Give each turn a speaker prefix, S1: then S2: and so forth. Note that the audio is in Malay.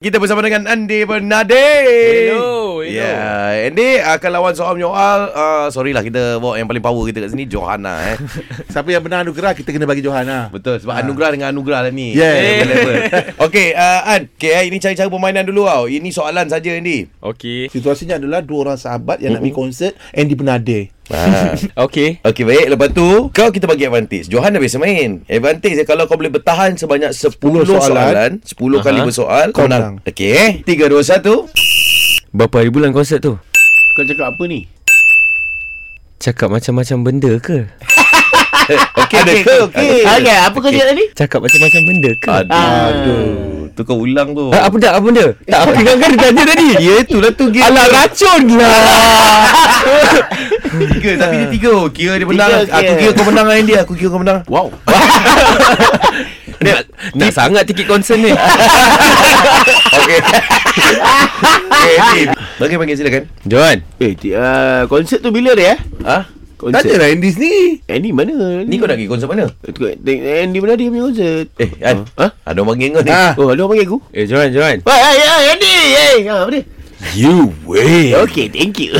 S1: Kita bersama dengan Andy Bernade.
S2: Hello, hello.
S1: Yeah, Andy ah, akan lawan soal menyoal. Uh, sorry lah kita bawa yang paling power kita kat sini Johanna eh. Ah.
S3: Siapa yang menang anugerah Kita kena bagi ah. Johana
S1: Betul sebab anugerah dengan anugerah lah ni.
S3: Yeah.
S1: Level- level. Okey, uh, An, okay, eh, ini cara-cara permainan dulu tau. Ini soalan saja Andy.
S2: Okey.
S3: Situasinya adalah Dua orang sahabat Yang nak pergi konsert Andy Penade
S1: Ha.
S2: Okey.
S1: Okey baik lepas tu kau kita bagi advantage. Johan dah biasa main. Advantage dia kalau kau boleh bertahan sebanyak 10 soalan,
S3: 10
S1: soalan 10 kali
S2: Aha.
S1: bersoal kau
S3: Kau
S1: menang.
S3: menang.
S1: Okey eh. 3 2 1.
S2: Berapa hari bulan konsert tu?
S3: Kau cakap apa ni?
S2: Cakap macam-macam benda ke?
S1: Okey ada ke okey.
S4: Okay, apa kau cakap tadi?
S2: Cakap macam-macam benda ke?
S1: Aduh. Tu kau ulang tu.
S2: Ah, apa dah? Apa benda? Tak, apa ingat kan dia tanya tadi?
S1: Ya itulah tu game.
S2: Alah, racun lah.
S1: tiga tapi dia tiga. oh. Kira dia menang.
S4: Tiga,
S1: Aku
S4: kira.
S1: kira kau menang dengan dia. Aku kira kau menang.
S3: Wow
S2: nak, nak sangat tiket concern ni.
S1: Okey. Okey. Andy. Bagi bagi silakan.
S2: Johan.
S4: Eh, ti- ah, konsert tu bila dia eh?
S1: Ha?
S3: Tak ada
S4: Konsert.
S3: lah Andy sini
S4: Andy mana?
S1: Ni kau nak pergi konsert mana?
S4: Tengok, tengok Andy mana dia punya konsert?
S1: Eh, An.
S4: Ha?
S1: Ada orang panggil kau ni.
S3: Ha.
S4: Oh, ada orang panggil aku?
S2: Eh, Johan, Johan.
S4: Wah, hey, hey, Andy! Hey, ha, apa dia?
S2: You win.
S4: Okay, thank you.